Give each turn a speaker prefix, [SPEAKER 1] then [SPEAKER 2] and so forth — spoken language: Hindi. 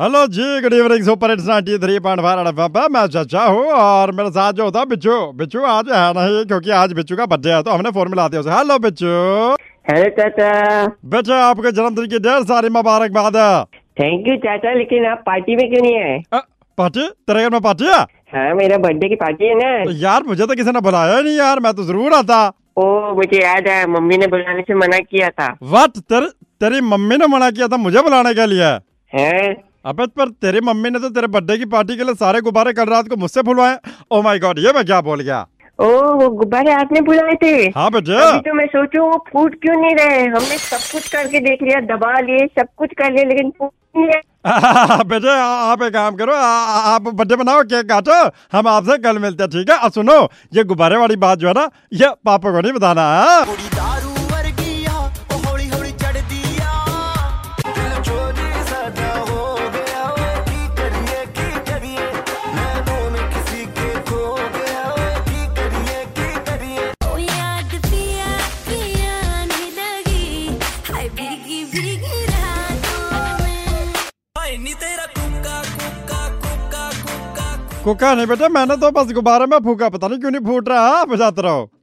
[SPEAKER 1] Hello ji good evening super it's 93 point मैं चचा हूँ और मेरे साथ जो होता है बिच्छू बिच्छू आज है नहीं क्योंकि आज बिच्छू का बर्थडे है तो हमने फोन मिलाते हैं उसे हेलो बिच्छू
[SPEAKER 2] हेलो चाचा
[SPEAKER 1] बेटे आपके जन्मदिन की ढेर सारी मुबारकबाद है
[SPEAKER 2] थैंक यू चाचा लेकिन आप पार्टी में क्यों नहीं आए
[SPEAKER 1] अ, पार्टी तेरे घर में पार्टी है
[SPEAKER 2] हाँ मेरा बर्थडे की पार्टी है ना
[SPEAKER 1] यार मुझे तो किसी ने बुलाया ही नहीं यार मैं तो जरूर आता
[SPEAKER 2] ओ मुझे याद है मम्मी ने बुलाने से मना किया था
[SPEAKER 1] वट तेरे तेरी मम्मी ने मना किया था मुझे बुलाने के लिए
[SPEAKER 2] हैं
[SPEAKER 1] अबे पर तेरी मम्मी ने तो तेरे बर्थडे की पार्टी के लिए सारे गुब्बारे कल रात को मुझसे फुलवाए ओ माय गॉड ये मैं क्या बोल गया
[SPEAKER 2] ओ वो गुब्बारे आपने बुलाए थे
[SPEAKER 1] हाँ बेटे
[SPEAKER 2] अभी तो मैं सोचू वो फूट क्यों नहीं रहे हमने सब कुछ करके देख लिया दबा लिए सब कुछ कर लिया लेकिन फूट नहीं रहे
[SPEAKER 1] बेटे आ- आप एक काम करो आ- आ- आप बर्थडे बनाओ केक काटो हम आपसे कल मिलते हैं ठीक है और सुनो ये गुब्बारे वाली बात जो है ना ये पापा को नहीं बताना हाँ? है
[SPEAKER 3] ਕੁੜੀ ਦਾਰੂ ਵਰਗੀ ਆ ਉਹ ਹੌਲੀ ਹੌਲੀ ਚੜਦੀ ਆ ਦਿਲ ਚੋਰੀ ਸਦਾ ਹੋ ਗਿਆ ਓਏ ਕੀ ਕਰੀਏ ਕੀ ਕਰੀਏ ਮੈਂ ਦੋਨ ਕਿਸੇ ਕੇ ਖੋ ਗਿਆ ਓਏ ਕੀ ਕਰੀਏ ਕੀ ਕਰੀਏ
[SPEAKER 4] ओ याद पिया पिया आने लगी हाय भीगी भीगी रातों में
[SPEAKER 3] ਭਾਈ ਨੀ ਤੇਰਾ ਕੁੱਕਾ ਕੁੱਕਾ ਕੁੱਕਾ ਕੁੱਕਾ
[SPEAKER 1] कुका नहीं बेटे मैंने तो बस गुब्बारे में फूका पता नहीं क्यों नहीं फूट रहा है, आप जाते रहो